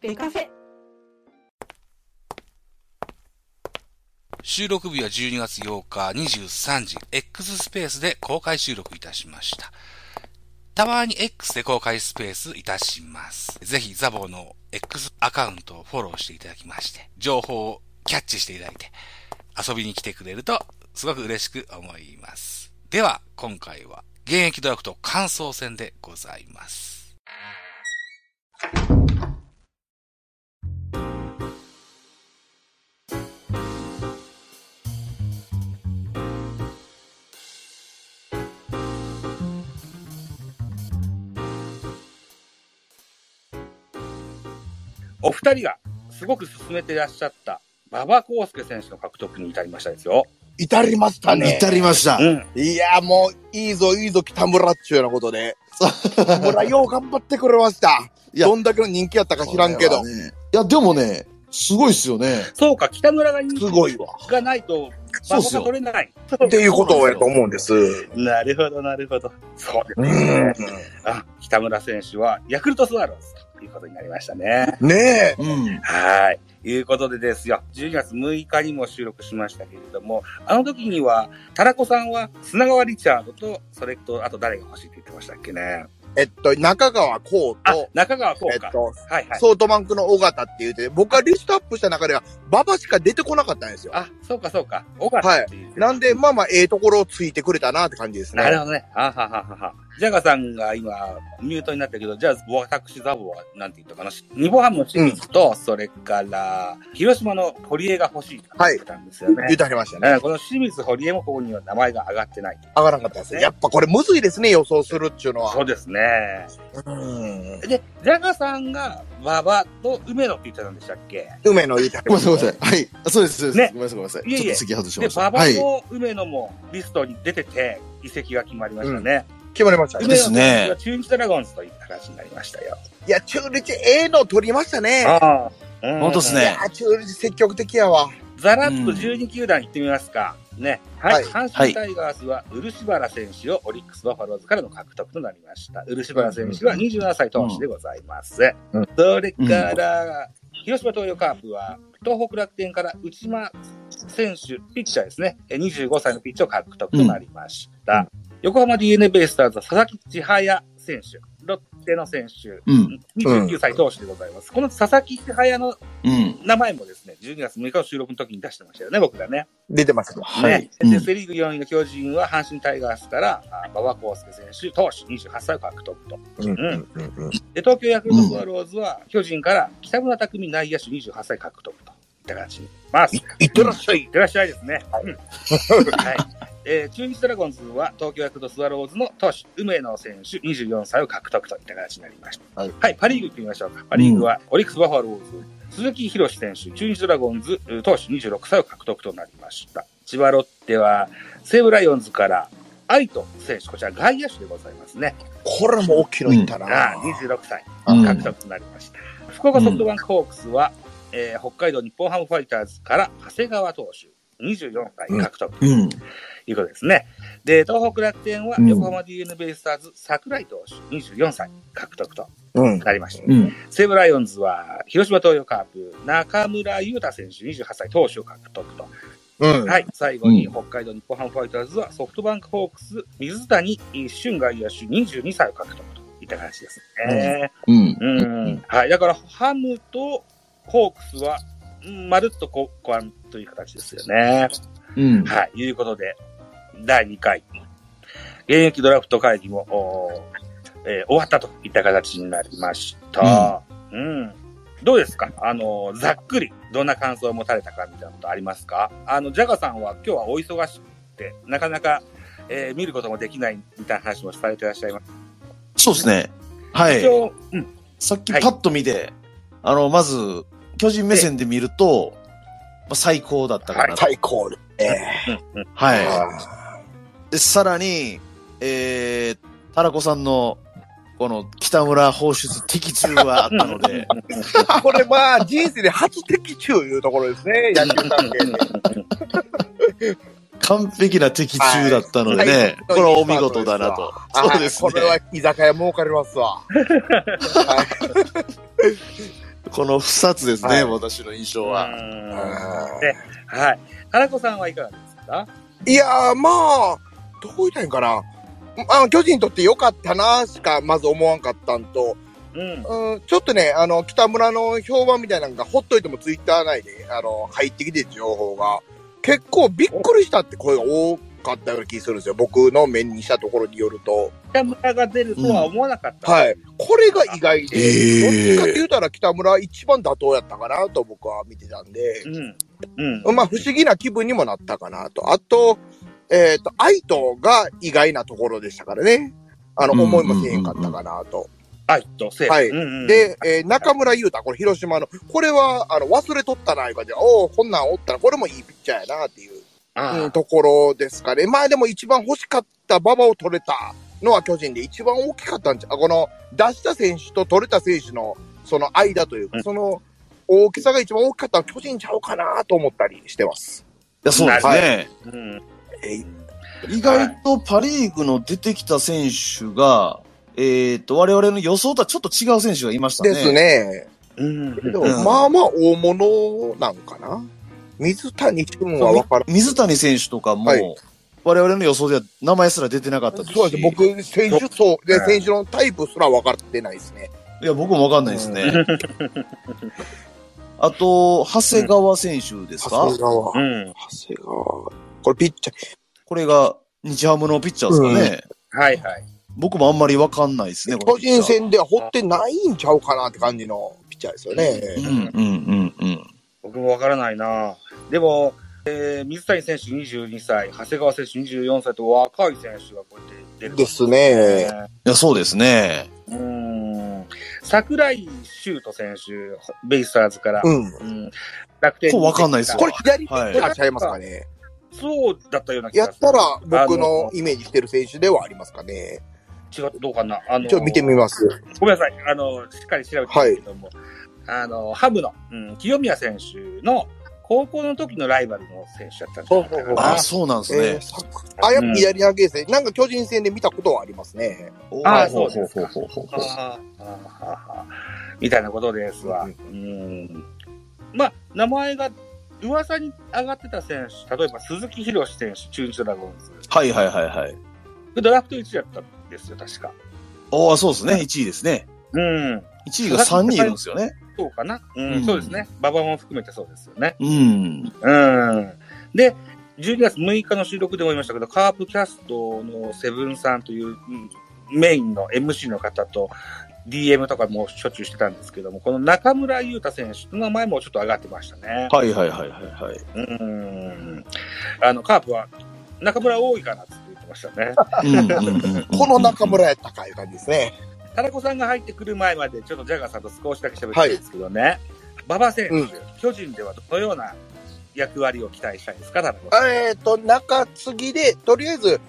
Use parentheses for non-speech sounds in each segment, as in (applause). デカフェ収録日は12月8日23時、X スペースで公開収録いたしました。たまに X で公開スペースいたします。ぜひザボの X アカウントをフォローしていただきまして、情報をキャッチしていただいて、遊びに来てくれるとすごく嬉しく思います。では、今回は現役ドラフト感想戦でございます。お二人がすごく進めていらっしゃった馬場康介選手の獲得に至りましたですよ。至りましたね。至りましたう。ん。いや、もう、いいぞ、いいぞ、北村っちゅうようなことで。北村、よう頑張ってくれました。いやどんだけの人気やったか知らんけどこ。れはねいや、でもね、すごいっすよね。そうか、北村が人す気ごいわ。がないと、そ馬う場っすがよ取。れない。っていうことをやと思うんです。なるほど、なるほど。そうですうんね。。あ、北村選手はヤクルトスワローズということになりましたね。ねえ。うん。はい。いうことでですよ。12月6日にも収録しましたけれども、あの時には、タラコさんは砂川リチャードと、それと、あと誰が欲しいって言ってましたっけね。えっと、中川こうあと、、中川こえっうか。と、はいはい。ソフトバンクの尾形って言うて、僕がリストアップした中では、馬場しか出てこなかったんですよ。あ、そうかそうか。尾形っていう。なんで、まあまあ、ええところをついてくれたなって感じですね。なるほどね。あはははは。ジャガさんが今、ミュートになったけど、じゃあ、私ザボは、なんて言ったかな。ニボハムの清水と、それから、広島の堀江が欲しいって言ってたんですよね。言ってはりましたね。うんこの清水堀江もここには名前が上がってない。上がらなかったですね。やっぱこれむずいですね、予想するっていうのそは。うですね。 (laughs) うん。で、ジャガさんが、馬場と梅野って言ってたんでしたっけ梅野言いたごめんなさい、ごめんなさい。はい。そうです、そうです。ねごめんなさい、ごめんなさい。いえいえちょっと席外しでまし、馬た。場はい。と梅野もリストに出てて、移籍が決まりましたね。決まりましたね。梅野ですね選手は中日ドラゴンズという形になりましたよ。いや、中日、ええの取りましたね。ああ。うん本当っすいねや、中日積極的やわ。ざらっと12球団行ってみますか。ね。はい。はい阪神タイガースは、漆原選手をオリックス・バファローズからの獲得となりました。漆原選手は27歳投手でございます。うんそれから、広島東洋カープは、東北楽天から内間選手、ピッチャーですね。え25歳のピッチャーを獲得となりました。横浜 DNA ベイスターズは佐々木千早選手、ロッテの選手、うん。 29歳投手でございます。この佐々木千早のうん。名前もですね、12月6日の収録の時に出してましたよね、僕らね。出てますね。はいね。うんで、セリーグ4位の巨人は阪神タイガースから、あ馬場康介選手、投手28歳を獲得と。うんうんうんうんで、東京ヤクルトスワローズは、巨人から北村匠海内野手28歳獲得と。いった形に。まあ、いいってらっしゃいっ。てらっしゃいですね。うんはい。えー中日ドラゴンズは東京ヤクルトスワローズの投手、梅野選手24歳を獲得といった形になりました。ははいい、パ・リーグ行ってみましょうか。パ・リーグはオリックス・バファローズ、鈴木博選手、中日ドラゴンズえー投手26歳を獲得となりました。千葉ロッテは西武ライオンズから愛斗選手、こちら外野手でございますね。これも大きいのいったあな。あ26歳。うん獲得となりました。福岡ソフトバンクホークスは、えー北海道日本ハムファイターズから長谷川投手。24歳獲得とうん。いうことですね。で、東北楽天はうん横浜 DNA ベイスターズ桜井投手24歳獲得とうん。なりました。うん。西武ライオンズは広島東洋カープ中村優太選手28歳投手を獲得と。うん。はい。最後にう北海道日本ハムファイターズはソフトバンクホークス水谷俊外野手22歳を獲得といった形ですね。うん。うんはい。だから、ハムとホークスは、うんまるっと交換という形ですよね。うん。はい。いうことで、第2回、現役ドラフト会議も、おーえー終わったといった形になりました。うん。どうですかあの、ざっくり、どんな感想を持たれたかみたいなことありますかあの、ジャガさんは今日はお忙しくて、なかなか、えー見ることもできないみたいな話もされてらっしゃいます。そうですね。はい一。応、うん。さっきはいパッと見て、あの、まず、巨人目線で見ると、まあ最高だったかなと。最高です。ええはあい。で、さらに、えー、タラコさんの、この、北村放出的中はあったの (laughs) で、ーこれまあ、人生で初的中いうところですね。野球関係で。完璧な的中だったのでね、これはお見事だなと。はいそうですねこれは居酒屋儲かりますわ。はいこの2つですね、はい私の印象うは。んあはい。原子さんはいかがですかーいやー、まあ、どう言ったらいいんかな。あの、巨人にとって良かったな、しか、まず思わんかったんと、うん。うん、ちょっとね、あの、北村の評判みたいなのが、ほっといてもツイッター内で、あの、入ってきて情報が、結構びっくりしたって声が多かったような気するんですよ。僕の面にしたところによると。北村が出るとは思わなかった。はい。これが意外で、ええどっちかって言うたら北村一番妥当やったかなと僕は見てたんでう、ん。うん。まあ不思議な気分にもなったかなと。あと、えっ、と、愛とが意外なところでしたからね。あうんの、思いもせえへんかったかなと。はい、と、せはいうんうん、で、えー中村優太、これ広島の、これは、あの、忘れとったな、いう感じで、おおこんなんおったら、これもいいピッチャーやな、っていう、あうんーところですかね。まあでも一番欲しかった馬場を取れたのは巨人で一番大きかったんじゃ、あこの、出した選手と取れた選手の、その間といううか、んその、大きさが一番大きかったのは巨人ちゃうかなと思ったりしてます。いや、そうですなね。うん。えい意外とパリーグの出てきた選手が、えっ、と、我々の予想とはちょっと違う選手がいましたね。です。ね。うん。でも、うんまあまあ大物なんかな。水谷君はわからん。水谷選手とかも、はい我々の予想では名前すら出てなかったですし。そうです。い僕、選手層で、選手のタイプすら分かってないですね。や、僕もわかんないですね。あと、長谷川選手ですか、長谷川。う長ん。谷川。これピッチャー。これが日ハムのピッチャーですかね。はいはい。僕もあんまりわかんないですね。こ個のピッチ人ャー戦では掘ってないんちゃうかなって感じのピッチャーですようね。んうんうんうん。僕もわからないなでも、えー、水谷選手22歳、長谷川選手24歳と若い選手がこうやって出る。ですね。いや、そうですね。うん。桜井修斗選手、ベイスターズから。うん。うん。楽天こうわかんないですわこれ左ピッはいチャーちゃいますかね。そうだったような気やがすっる。たら僕のあイメージしてる選手ではありますかね。の。違う、どうかな。あの、ちょっと見てみます。ごめんなさい。あの、しっかり調べてますけども、あの、ハムの、うん、清宮選手の高校の時のライバルの選手だったんじゃないかああな。そうなんですえーね。さあ、やっぱ左投げですね。なんか巨人戦で見たことはありますね。あほほほほほほあーあーあーみたいなことですわ。うん。まあ、名前が、噂に上がってた選手、例えば鈴木博士選手、中日ドラゴンズ。はいはいはいはい。ドラフト1位だったんですよ、確か。おーそうですね。1位ですね。うん。 1位が3人いるんですよね。そうかな。うん、うんそうですね。馬場も含めてそうですよね。うん。うん。で、12月6日の収録でも言いましたけど、カープキャストのセブンさんという、うんメインの MC の方と DM とかもしょっちゅうしてたんですけども、この中村優太選手の名前もちょっと上がってましたね。はいはいはいはいはい。うん。あの、カープは中村多いかなって言ってましたね。うんうんうんうんこの中。村やったかいう感じですね。田中さんが入ってくる前まで、ちょっとジャガーさんと少しだけ喋ってたんですけどね。馬場選手、うん巨人ではどのような役割を期待したいですか、田中さん。えっ、と、中継ぎで、とりあえず、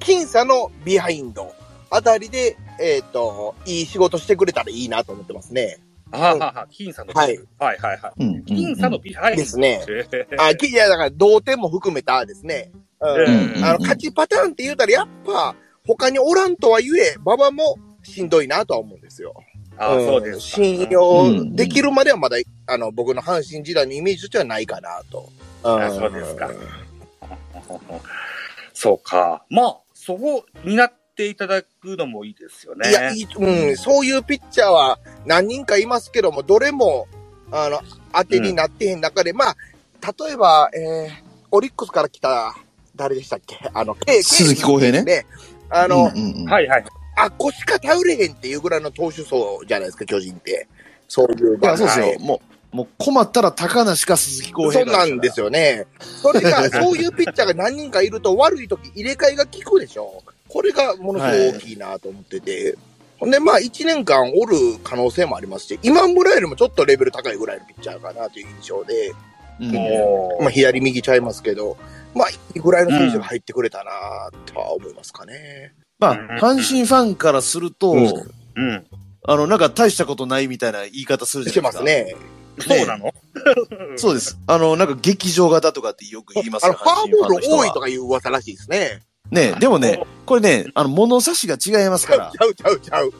僅差のビハインドあたりで、えっ、と、いい仕事してくれたらいいなと思ってますね。あーはーはー僅差のはいはいはいはい。うんうんうん僅差のビハインドですね。えーあ、きいや、だから、同点も含めたですね。うんうんうんあの、勝ちパターンって言うたら、やっぱ、他におらんとは言え、馬場もしんどいなとは思うんですよ。あうんそうですか。信用できるまではまだ、あの、僕の阪神時代のイメージとしてはないかなと。あそうですかそうか。まあ、そこになっていただくのもいいですよね。いや、いいうん、そういうピッチャーは何人かいますけども、どれも、あの、当てになってへん中で、まあ、例えば、えー、オリックスから来た、誰でしたっけあの、K 鈴木康平ね。ね。あの、うんうんうんはいはい。あっこしか頼れへんっていうぐらいの投手層じゃないですか、巨人って。そういうい場合。や、そうですよ。もう、もう困ったら高梨か鈴木は康い平そうなんですよね。それが、そういうピッチャーが何人かいると悪い時入れ替えが効くでしょ。これがものすごく大きいなと思ってて。ほんで、まあ、1年間おる可能性もありますし、今村よりもちょっとレベル高いぐらいのピッチャーかなという印象で、うんもうまあ、左右ちゃいますけど、まあ、いいぐらいの選手が入ってくれたなとは思いますかね。まあ、阪神ファンからすると、うんうん。あの、なんか大したことないみたいな言い方するしてじゃなまいですすか。ね。そうなのそうです。あの、なんか劇場型とかってよく言いますあよの、ファーボール阪神ファンの人は多いとかいう噂らしいですね。ねでもね、これね、あの、物差しが違いますちゃ (laughs) うからち。ゃうちゃうちゃう。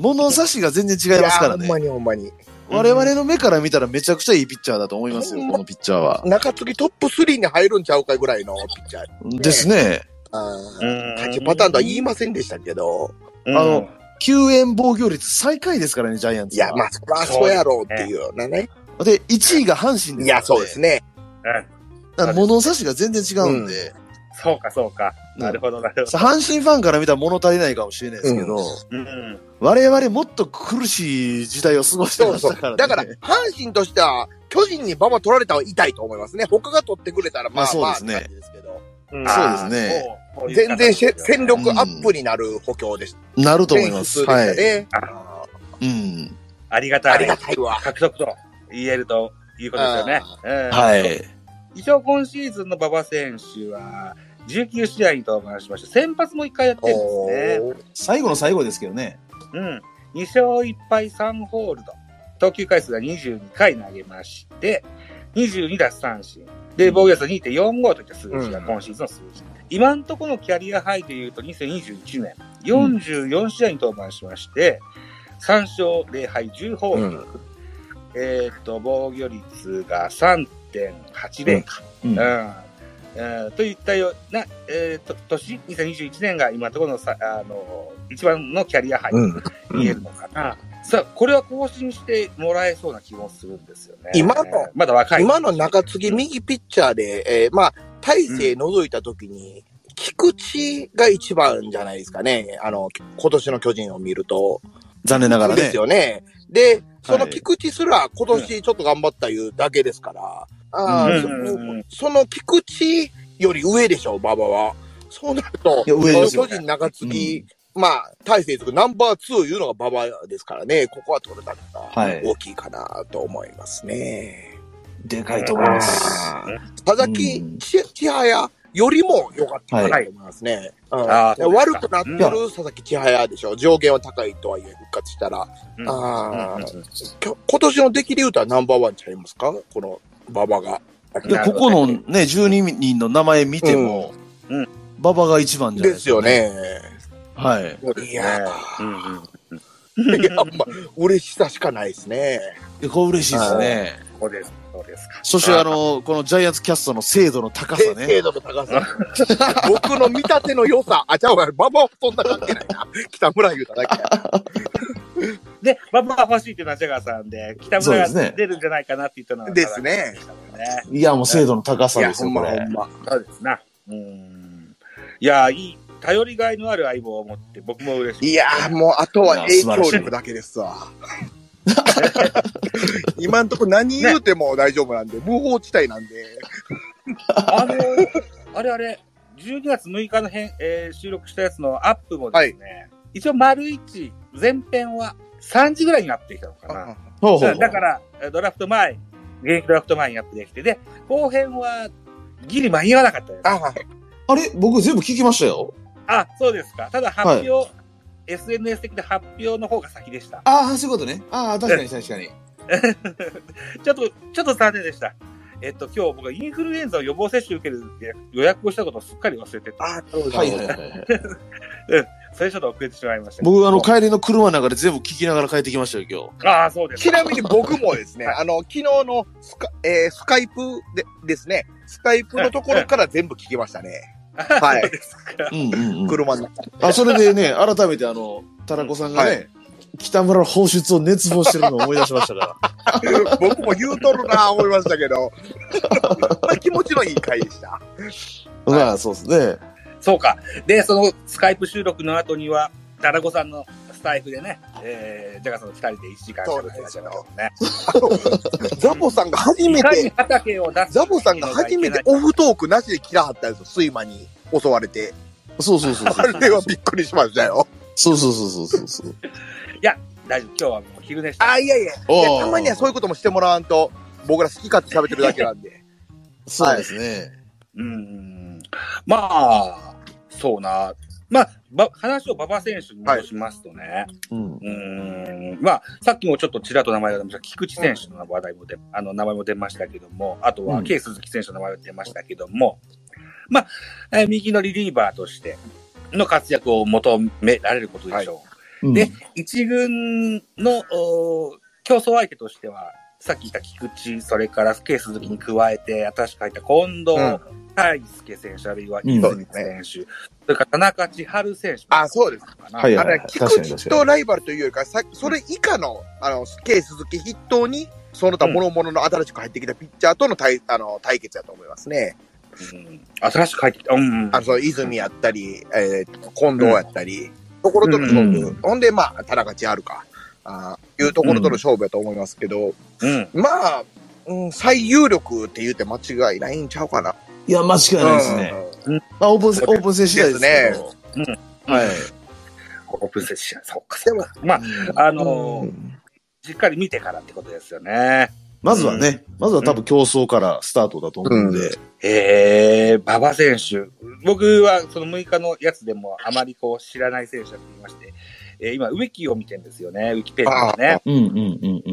物差しが全然違いますからいやほんねま。にほんまに。我々の目から見たらめちゃくちゃいいピッチャーだと思いますよ、うんこのピッチャーは。中継ぎトップ3に入るんちゃうかぐらいのピッチャー。ですね。あーうん勝ちパターンとは言いませんでしたけど、 (laughs) うんあの、救援防御率最下位ですからね、ジャイアンいツは。や、まあ、そりゃそうやろうっていうようなね。で、1位が阪神です、いや、そうです。ね。だから物差しが全然違うんで、そうか、そうか。なるほど、なるほど。阪神ファンから見たら物足りないかもしれないですけど、うん。我々もっと苦しい時代を過ごしてそまうしそたから、う。ね。だから、阪神としては、巨人に馬場取られたは痛いと思いますね。他が取ってくれたら、まあ、ままああ、そうですねって感じですけど。あそうですねね全然せ戦力アップになる補強でした。なると思います。全は普通い。でしたね。うん。ありがあーたありいが。たいわ。獲得と言えるということですよね。うんはい。一応今シーズンの馬場選手は、19試合に登板しました。先発も1回やってるんですね。おー最後の最後ですけどね。うん。2勝1敗3ホールド。投球回数が22回投げまして、22奪三振。で、防御率は2.45といった数字がうん今シーズンの数字。今んところのキャリアハイでいうと2021年、44試合に登板しまして、3勝0敗10ホールド。うんえーっと、防御率が3.80か。ううんん。えーといったような、えー、と年、2021年が今のところのさ、あの、一番のキャリアハイとうん言えるのかな。さあ、これは更新してもらえそうな気もするんですよね。今のえーまだ若い。今の中継ぎ右ピッチャーで、えーまあ、大勢除いたときに、菊池が一番じゃないですかね。あの、今年の巨人を見ると。残念ながらでねす。よね。で、そのはい菊池すら今年ちょっと頑張ったいうだけですから。ああ、うんうんうんそその菊池より上でしょ、馬場は。そうなると、いや上ですよ巨人中継ぎ、まあ、大勢つくナンバー2いうのが馬場ですからね、ここは取れたのがはい大きいかなと思いますね。でかいと思います。ああ佐々木千千早よりも良かったかなと思いますね。うんああそうです悪かくなってる佐々木千早でしょ。上限は高いとはいえ復活したら。うんああ、うんきょ今年の出来で言うとはナンバーワンちゃいますかこの馬場が。で、ここのね、12人の名前見ても、うんうん馬場が一番じゃないですよ。ね。はい。そうですいねやうんうんいや、まあ、嬉しさしかないですね。でこれ嬉しいですね。そうです。そうですか。そしてあの、このジャイアンツキャストの精度の高さ精精ね。度の高さ。僕の見立ての良さ。あ、ちゃうわ、馬場はそんな関係ないな。北村言うただけや。で、ババが欲しいっていうのはジャガーさんで、北村そうですがね出るんじゃないかなって言ったのは、ですねジャガーさんでしたもんね。いや、もう精度の高さいや、ですほよ、んこまほれん。ま。そうですな。うん。いや、いい、頼りがいのある相棒を持って、僕も嬉しい。いやー、もう、あとは影響力だけですわ。 (laughs) 今んとこ何言うても大丈夫なんで、無法地帯なんで。あの、あれあれ、12月6日の編、えー収録したやつのアップもですね、一応丸1、前編は3時ぐらいになってきたのかな。ほうほうほだうだから、えードラフト前、現役ドラフト前にアップできて、で、後編はギリ間に合わなかったです。あああれ僕全部聞きましたよ。そうですか。ただ発表、SNS 的な発表の方が先でした。 (laughs) ああ、そういうことね。ああ、確かに確かに。ちょっと、ちょっと残念でした。えっと、今日僕はインフルエンザを予防接種受ける予約をしたことをすっかり忘れてて、あ、そうですはいはいはいはい。それちょっと遅れてしまいました。僕、あの、帰りの車の中で全部聞きながら帰ってきましたよ、ああ、そうですちか。なみに僕もですね、あの、昨日のスカ,、えースカイプでですね、スカイプのところから全部聞きましたね。はそうい。ですか。今日。うんうん、うん。車 (laughs) の中。あ、それでね、改めてあの、タラコさんがね、はい北村放出を熱望してるのを思い出しましたから。僕も言うとるな、思いましたけど。まあ、気持ちのいい回でした。まあ、そうですね。そうか。で、そのスカイプ収録の後には、タラコさんのスタイフでね、えー、ジャガさんの二人で一時間そうですね喋りましたけどね。ザボさんが初いめかにて、畑を出 (laughs) すザボさんが初めてオフトークなしで切らはったんですよ、睡魔に襲われて。そうそうそうあそう。れはびっくりしましたよ。そうそうそうそうそう。大丈夫。今日はもう昼寝して。あ、いやいや。おーいやたまにはそういうこともしてもらわんと、僕ら好き勝手喋ってるだけなん (laughs) で。そうですね。うーん。まあ、そうな。まあ、ば話を馬場選手に戻しますとね、うん。うーんまあ、さっきもちょっとちらっと名前が出ました、菊池選手の話題も出、あの名前も出ましたけども、あとうはん K 鈴木選手の名前も出ましたけども、まあ、えー右のリリーバーとしての活躍を求められることでしょう。うんで、一軍のおー競争相手としては、さっき言った菊池、それからケイ鈴木に加えて、新しく入った近藤、うん大輔選手、あるいはうん泉選手、それから田中千春選手。あそうですかな。はいあはのいね菊池とライバルというよりか、さっきそれ以下の、あの、K 鈴木筆頭に、その他諸々の新しく入ってきたピッチャーとの対あの対決だと思いますね。うん新しく入ってきた。うんうん。あの、その泉やったり、えー近藤やったり、ところとの勝負。うんほんで、まあ、田中千春か、あーいうところとの勝負やと思いますけど、うん。まあ、うん、最有力って言うて間違いないんちゃうかな。いや、間違いないですね。うんまあ、オープン戦、オープン戦次第ですでけすねど。はい。オープンセッション。そっか、でそっもか。まあ、あのーうんしっかり見てからってことですよね。まずはね、まずは多分競争からスタートだと思うんで。えー、馬場選手。僕はその6日のやつでもあまりこう知らない選手だと言いまして、えー今、ウィキを見てるんですよね。ウィキペディアですね。うんうんう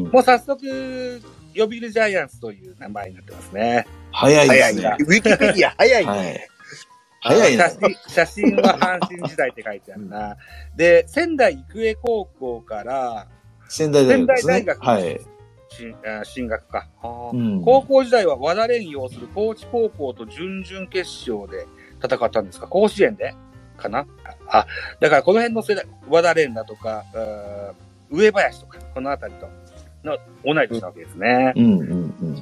んうん。もう早速、呼びるジャイアンツという名前になってますね。早いで早すいね。な。ウィキペディア早いね。はい。早いな写。真写真は阪神時代って書いてあるな。で、仙台育英高校から仙台大学です仙台ね。大学はい。進あ進学か。あうーん高校時代は和田連擁する高知高校と準々決勝で戦ったんですか甲子園でかなあ、だからこの辺の世代、和田連だとか、あー上林とか、この辺りとの同い年なわけですね。うんうんうん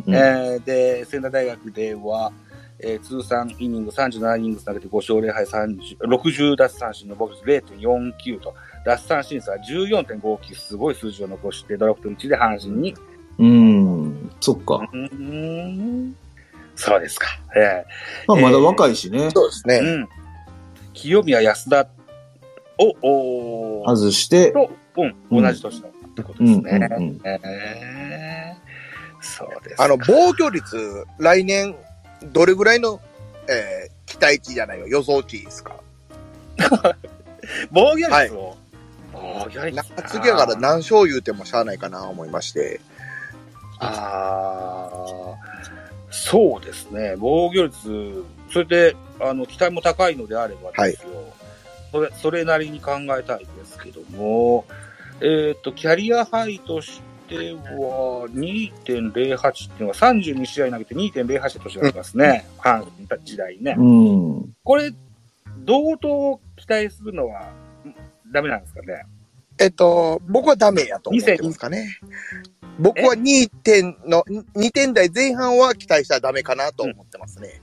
うん。えーで、仙台大学では、えー通算イニング37イニングス投げて5勝0敗30 60奪三振の防御率0.49と、奪三振差14.59、すごい数字を残して、ドラフト1で阪神に。うん。そっか。うーんそうですか。えまあ、まだ若いしね。そうですね。えうん。清宮安田を、おー外して、と、うん、同じ年のってことですね。うんうんうんえーそうですか。あの、防御率、来年、どれぐらいの、えー期待値じゃないよ、予想値ですか。防御率を。防御率な夏やから何勝言うてもしゃあないかな、思いまして。ああ、そうですね。防御率、それで、あの、期待も高いのであればですよ。それ、それなりに考えたいですけども、えっ、と、キャリアハイとしては、2.08っていうのは32試合投げて2.08って年がありますね。半時代ね。うん。これ、同等を期待するのは、んダメなんですかね。えっと、僕はダメやと思ってますかね。僕は2点の、2点台前半は期待したらダメかなと思ってますね。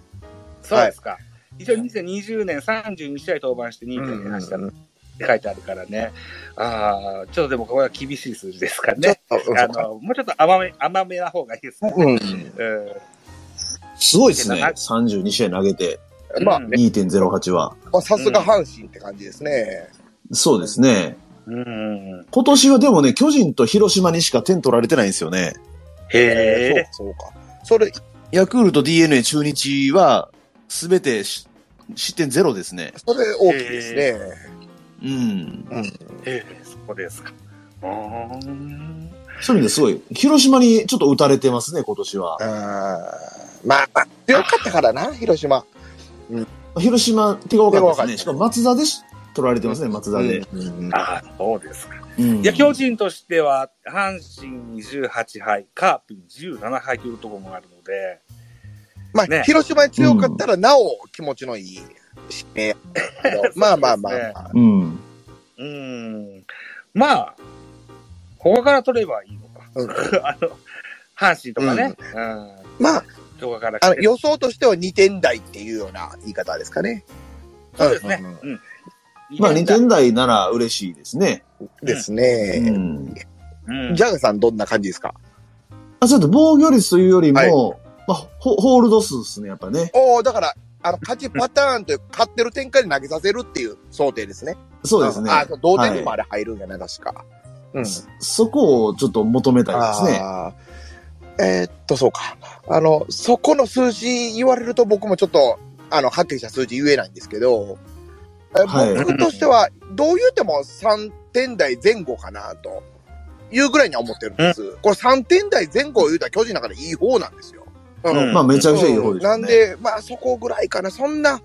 そうですか。一応2020年32試合登板して2.08したのって書いてあるからね。ああ、ちょっとでもこれは厳しい数字ですからちょっね。と、あの、もうちょっと甘め、甘めな方がいいですね。うん。すごいですね。32試合投げて、うんまあね。 2.08は。まあ、さすが阪神って感じですね。そうですね。うん。今年はでもね、巨人と広島にしか点取られてないんですよね。へえ。そうか、そうか。それ、ヤクルト、DNA、中日は、すべてし失点ゼロですね。それ大きいですね。うん。へえ、そうですか。うーん。そういう意味ですごい、広島にちょっと打たれてますね、今年は。あーまあ、まあ強かったからな、広島。広島、手が多かったで手が多すかっね。たしかも松田でし取られてますね、松田で。うんああ、そうですか。うんいや、巨人としては、阪神28敗、カープに17敗というところもあるので、まあ、ね広島に強かったら、なお気持ちのいい指 (laughs) 名。まあまあまあまあ。うん。うーん。まあ、他から取ればいいのか。うん (laughs) あの、阪神とかね。うん。まあ、他からあの来て。予想としては2点台っていうような言い方ですかね。そうですねんうん。うん。まあ、二点2点台なら嬉しいですね。ですうね。ん。うんジャガさんどんな感じですかあ、ちょっと防御率というよりも、はいまあ、ホホールド数ですね、やっぱね。おおだから、あの、勝ちパターンというか、勝ってる展開で投げさせるっていう想定ですね。そうですね。あ、そう同点にもあれ入るんだな、確か。うん。そそこをちょっと求めたいですね。あーえーっと、そうか。あの、そこの数字言われると僕もちょっと、あの、はっきりした数字言えないんですけど、えはい僕としては、どう言っても3点台前後かな、というぐらいには思ってるんです。これ3点台前後を言うたら巨人だからいい方なんですよ。ううんまあ、めちゃくちゃいい方ですね。なんで、まあそこぐらいかな。そんな、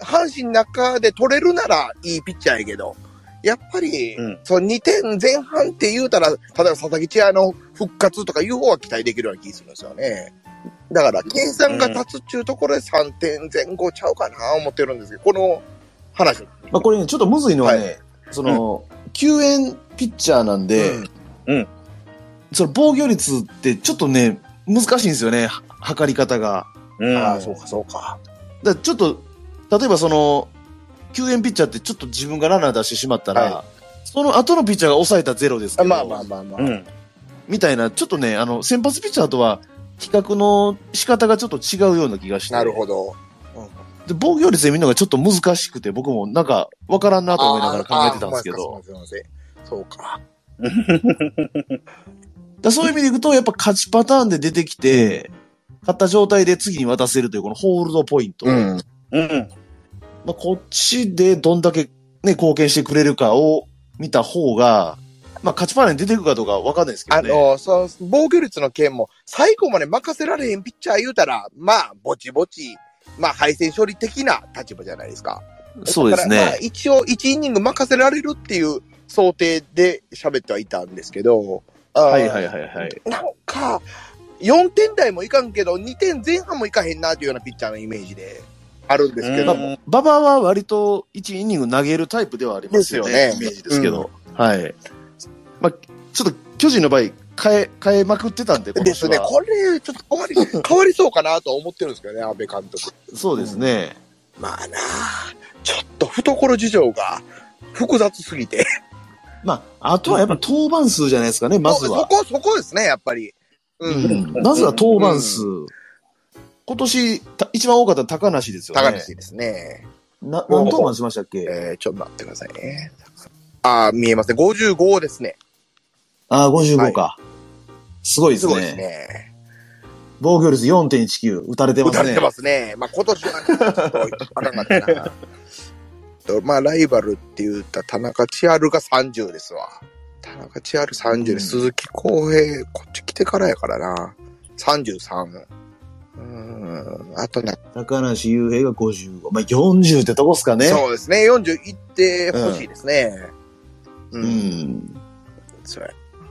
阪神の中で取れるならいいピッチャーやけど、やっぱり、うんその2点前半って言うたら、例えば佐々木千彩の復活とかいう方は期待できるような気がするんですよね。だから、計算が立つっちゅうところで3点前後ちゃうかな思ってるんですけど、この話。まあ、これね、ちょっとむずいのはね、はその、救援ピッチャーなんで、うんその防御率ってちょっとね、難しいんですよね、は測り方が。うん。ああ、そうか、そうか。だからちょっと、例えばその、救援ピッチャーってちょっと自分がランナー出してしまったら、はその後のピッチャーが抑えたゼロですけあど、まあまあまあまあ。うん。みたいな、ちょっとね、あの、先発ピッチャーとは、比較の仕方がちょっと違うような気がして。なるほど。で、防御率で見るのがちょっと難しくて、僕もなんか、わからんなと思いながら考えてたんですけど。あー。すいませんすいませんそうか。だそういう意味でいくと、やっぱ勝ちパターンで出てきて、勝った状態で次に渡せるというこのホールドポイント。うん。うん。まあ、こっちでどんだけね、貢献してくれるかを見た方が、まあ、勝ちパターンに出てくるかどうかわかんないですけあどね。の、その、防御率の件も、最後まで任せられへんピッチャー言うたら、まあ、ぼちぼち、まあ、敗戦処理的な立場じゃないですか。そうですだからまあね。一応、1イニング任せられるっていう想定で喋ってはいたんですけど、ははいはいはいはい。なんか、4点台もいかんけど、2点前半もいかへんなというようなピッチャーのイメージで、あるんですけまど、あ、ババアは割と1イニング投げるタイプではありますよね。ですよねイメージですけど。はい。まあ、ちょっと巨人の場合、変え、変えまくってたんで、今です年ね、は。これ、ちょっと変わり、変わりそうかなとは思ってるんですけどね、安倍監督。そうですね。まあなあ、ちょっと懐事情が複雑すぎて。まあ、あとはやっぱ登板数じゃないですかね、 (laughs) まずそは。こ、そこですね、やっぱり。う。うんん。まずは登板数。今年、た一番多かったの高梨ですよね。高梨ですね。な何登板しましたっけえー、ちょっと待ってくださいね。あー見えますね。55ですね。ああ、55か。すごいですすごいですね。ね。防御率4.19、打たれて打ますたね。れてますね。まあ今年はねちょっとあかんかったな。 (laughs) とまあライバルって言った田中千春が30ですわ。田中千春30で、うん鈴木康平、こっち来てからやからな。33。うーん。あとな、高梨雄平が55。まあ、40ってとこっすかね。そうですね。40いってほしいですね。うう。ん。そうや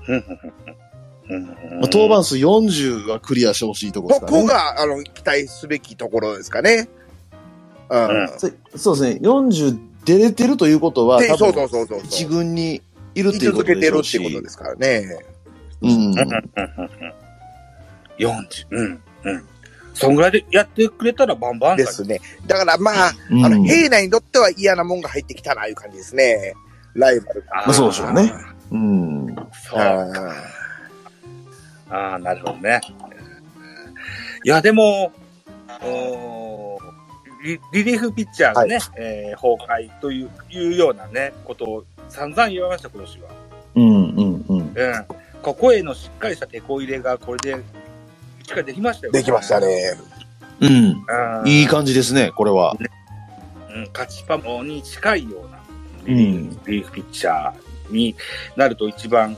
まあ、登板数40はクリアしてほしいとこですこかね。こが、あの、期待すべきところですかね。うん。うんそそうですね。40出れてるということは、で多そう分そうそうそう。一軍にいるっ居ていうこ続とでけしてょるうってし。ことですからね。うん。 40。うん。うん。そんぐらいでやってくれたらバンバンでだすね。だからまあ、うんあの、平内にとっては嫌なもんが入ってきたな、いう感じですね。ライバルが。まあそうでしょうね。うん。そう。あああ、なるほどね。いや、でも、おーリリリーフピッチャーがね、えー崩壊といういうようなね、ことを散々言われました、今年は。うん、うん、うん。うん。ここへのしっかりした手こ入れが、これで、しっかりできましたよできました。ね。うん。うんいい感じですね、これは。うん、勝ちパモに近いようなうんリリーフピッチャーになると一番、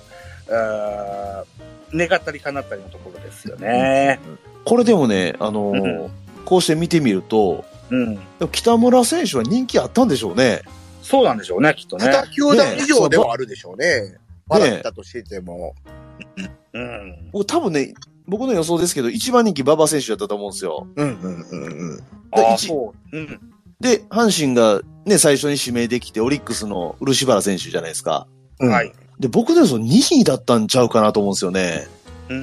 あー願ったり叶ったりのところですよね。これでもね、あのーこうして見てみると、うん。でも北村選手は人気あったんでしょうね。そうなんでしょうね、きっとね。 2球団以上ではあるでしょうね。笑ったとしてても。うん。僕多分ね、僕の予想ですけど、一番人気馬場選手だったと思うんですよ。うんうんうんうん。ああ、一そう。うん。で、阪神がね、最初に指名できて、オリックスの漆原選手じゃないですか。うんはい。で、僕でもその2位だったんちゃうかなと思うんですよね。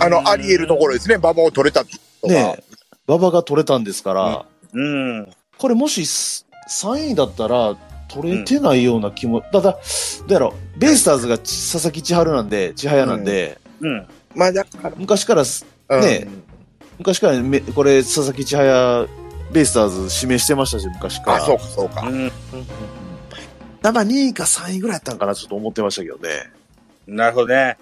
あの、あり得るところですね。馬場を取れたとかね。馬場が取れたんですから、うん。これもしす3位だったら、取れてないような気も、ただ、だやろ、ベイスターズがち佐々木千春なんで、千早なんで、うん。まあだか昔からす、ら、うんね昔からめ、これ、佐々木千早、ベイスターズ指名してましたし、昔から。あ、そうかそうか。うん。だから2位か3位ぐらいやったんかな、ちょっと思ってましたけどね。なるほどね。